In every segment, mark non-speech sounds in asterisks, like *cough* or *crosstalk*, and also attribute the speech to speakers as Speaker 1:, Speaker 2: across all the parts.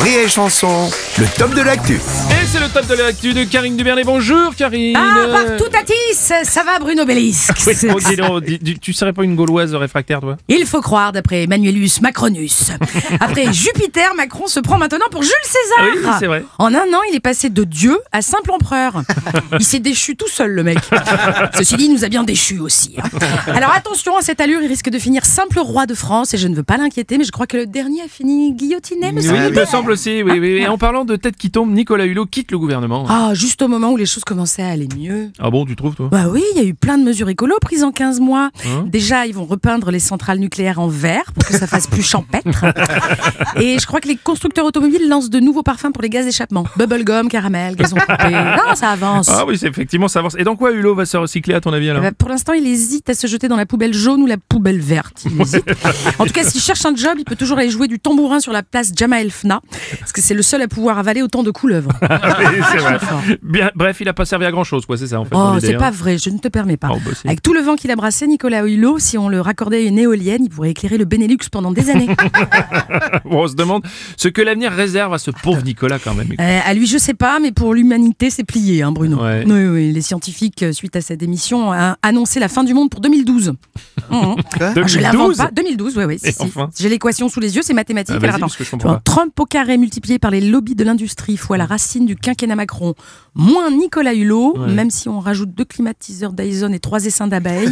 Speaker 1: Rire et chanson, le top de l'actu.
Speaker 2: Et c'est le top de l'actu de Karine Dubernet. Bonjour Karine.
Speaker 3: Ah, partout Tatis, ça va Bruno Bélisque
Speaker 2: euh, *laughs* Oui, oh, dis donc, dis- dis- tu serais pas une gauloise réfractaire, toi
Speaker 3: Il faut croire, d'après Manuelus Macronus.
Speaker 2: *laughs*
Speaker 3: Après Jupiter, Macron se prend maintenant pour Jules César.
Speaker 2: Ah oui, c'est vrai.
Speaker 3: En un an, il est passé de Dieu à simple empereur. Il s'est déchu tout seul, le mec. Ceci dit, il nous a bien déchus aussi. hein. Alors attention, à cette allure, il risque de finir simple roi de France. Et je ne veux pas l'inquiéter, mais je crois que le dernier a fini guillotiné, me
Speaker 2: Oui, il
Speaker 3: semble-t-il.
Speaker 2: me semble aussi. Oui, oui. Et en parlant de tête qui tombe, Nicolas Hulot quitte le gouvernement.
Speaker 3: Ah, juste au moment où les choses commençaient à aller mieux.
Speaker 2: Ah bon, tu trouves, toi
Speaker 3: Bah oui, il y a eu plein de mesures écolo prises en 15 mois. Déjà, ils vont repeindre les centrales nucléaires en vert pour que ça fasse plus champêtre. Et je crois que les constructeurs automobiles lancent de nouveaux parfums pour les gaz d'échappement. Bubblegum, caramel, gazon coupé. Non, ça avance.
Speaker 2: Ah oui, c'est effectivement, ça avance. Et dans quoi Hulot va se recycler, à ton avis,
Speaker 3: Eh
Speaker 2: alors
Speaker 3: ben, pour l'instant, il hésite à se jeter dans la poubelle jaune ou la poubelle verte. Il hésite. En tout cas, s'il cherche un job, il peut toujours aller jouer du tambourin sur la place Jama El Fna, parce que c'est le seul à pouvoir avaler autant de couleuvres.
Speaker 2: Oui, c'est vrai.
Speaker 3: Fort.
Speaker 2: Bien, bref, il a pas servi à grand chose, quoi, c'est ça, en fait.
Speaker 3: Oh,
Speaker 2: dans l'idée,
Speaker 3: c'est
Speaker 2: hein.
Speaker 3: pas vrai, je ne te permets pas.
Speaker 2: Oh, bah, si.
Speaker 3: Avec tout le vent qu'il a brassé, Nicolas Hulot, si on le raccordait à une éolienne, il pourrait éclairer le Benelux pendant
Speaker 2: *laughs*
Speaker 3: des années.
Speaker 2: hein. On se demande ce que l'avenir réserve à ce pauvre Nicolas, quand même.
Speaker 3: Euh, à lui, je sais pas, mais pour l'humanité, c'est plié, hein, Bruno.
Speaker 2: Ouais.
Speaker 3: Oui, oui, les scientifiques, euh, suite à cette émission, ont annoncé la fin du monde pour 2012.
Speaker 2: *laughs*
Speaker 3: Mmh, mmh. Ah, Je l'invente
Speaker 2: 2012
Speaker 3: pas. 2012, oui, oui.
Speaker 2: Et enfin
Speaker 3: J'ai l'équation sous les yeux, c'est mathématique.
Speaker 2: Ah, vas-y,
Speaker 3: Alors, attends.
Speaker 2: parce que je comprends pas.
Speaker 3: Trump au carré multiplié par les lobbies de l'industrie fois
Speaker 2: Mm.
Speaker 3: la racine du quinquennat Macron, moins Nicolas Hulot,
Speaker 2: Ouais.
Speaker 3: même si on rajoute deux climatiseurs Dyson et trois
Speaker 2: *laughs*
Speaker 3: essaims d'abeilles,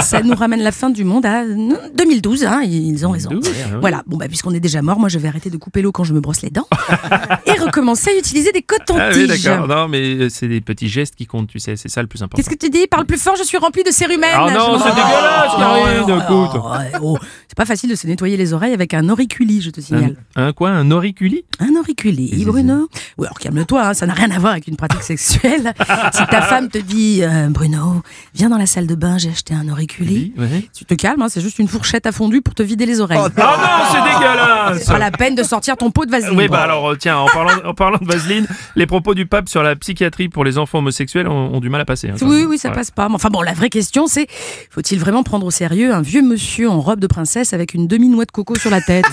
Speaker 3: ça nous ramène la fin du monde à 2012, hein, ils ont raison.
Speaker 2: 2012, ah ouais.
Speaker 3: Voilà, bon, bah, puisqu'on est déjà mort, moi je vais arrêter de couper l'eau quand je me brosse les dents
Speaker 2: *laughs*
Speaker 3: et recommencer à utiliser des
Speaker 2: Ah oui,
Speaker 3: cotons-tiges.
Speaker 2: d'accord. Non, mais euh, c'est des petits gestes qui comptent, tu sais, c'est ça le plus important.
Speaker 3: Qu'est-ce que tu dis Parle plus fort, je suis remplie de cérumen.
Speaker 2: Ah non,
Speaker 3: Je-
Speaker 2: c'est dégueulasse, Karine,
Speaker 3: non,
Speaker 2: écoute.
Speaker 3: non, ouais, oh, c'est pas facile de se nettoyer les oreilles avec un auriculi, je te
Speaker 2: Un,
Speaker 3: signale.
Speaker 2: un quoi Un auriculi
Speaker 3: Un auriculi, Bruno Ou alors calme-toi, hein, ça n'a rien à voir avec une
Speaker 2: *laughs*
Speaker 3: pratique sexuelle. si ta femme te dit, euh, Bruno, viens dans la salle de bain, j'ai acheté un auriculi.
Speaker 2: Ouais.
Speaker 3: Tu te calmes, hein, c'est juste une fourchette à fondu pour te vider les oreilles.
Speaker 2: Ah non, c'est dégueulasse
Speaker 3: pas la peine de sortir ton pot de vaseline.
Speaker 2: Oui, bah alors, euh, tiens, en parlant, en parlant de vaseline, les propos du pape sur la psychiatrie pour les enfants homosexuels ont, ont du mal à passer. hein, quand
Speaker 3: Oui,
Speaker 2: même.
Speaker 3: oui, ça
Speaker 2: Ouais.
Speaker 3: passe pas. Mais Enfin bon, la vraie question, c'est faut-il vraiment prendre au sérieux un vieux monsieur en robe de princesse avec une demi-noix de coco sur la tête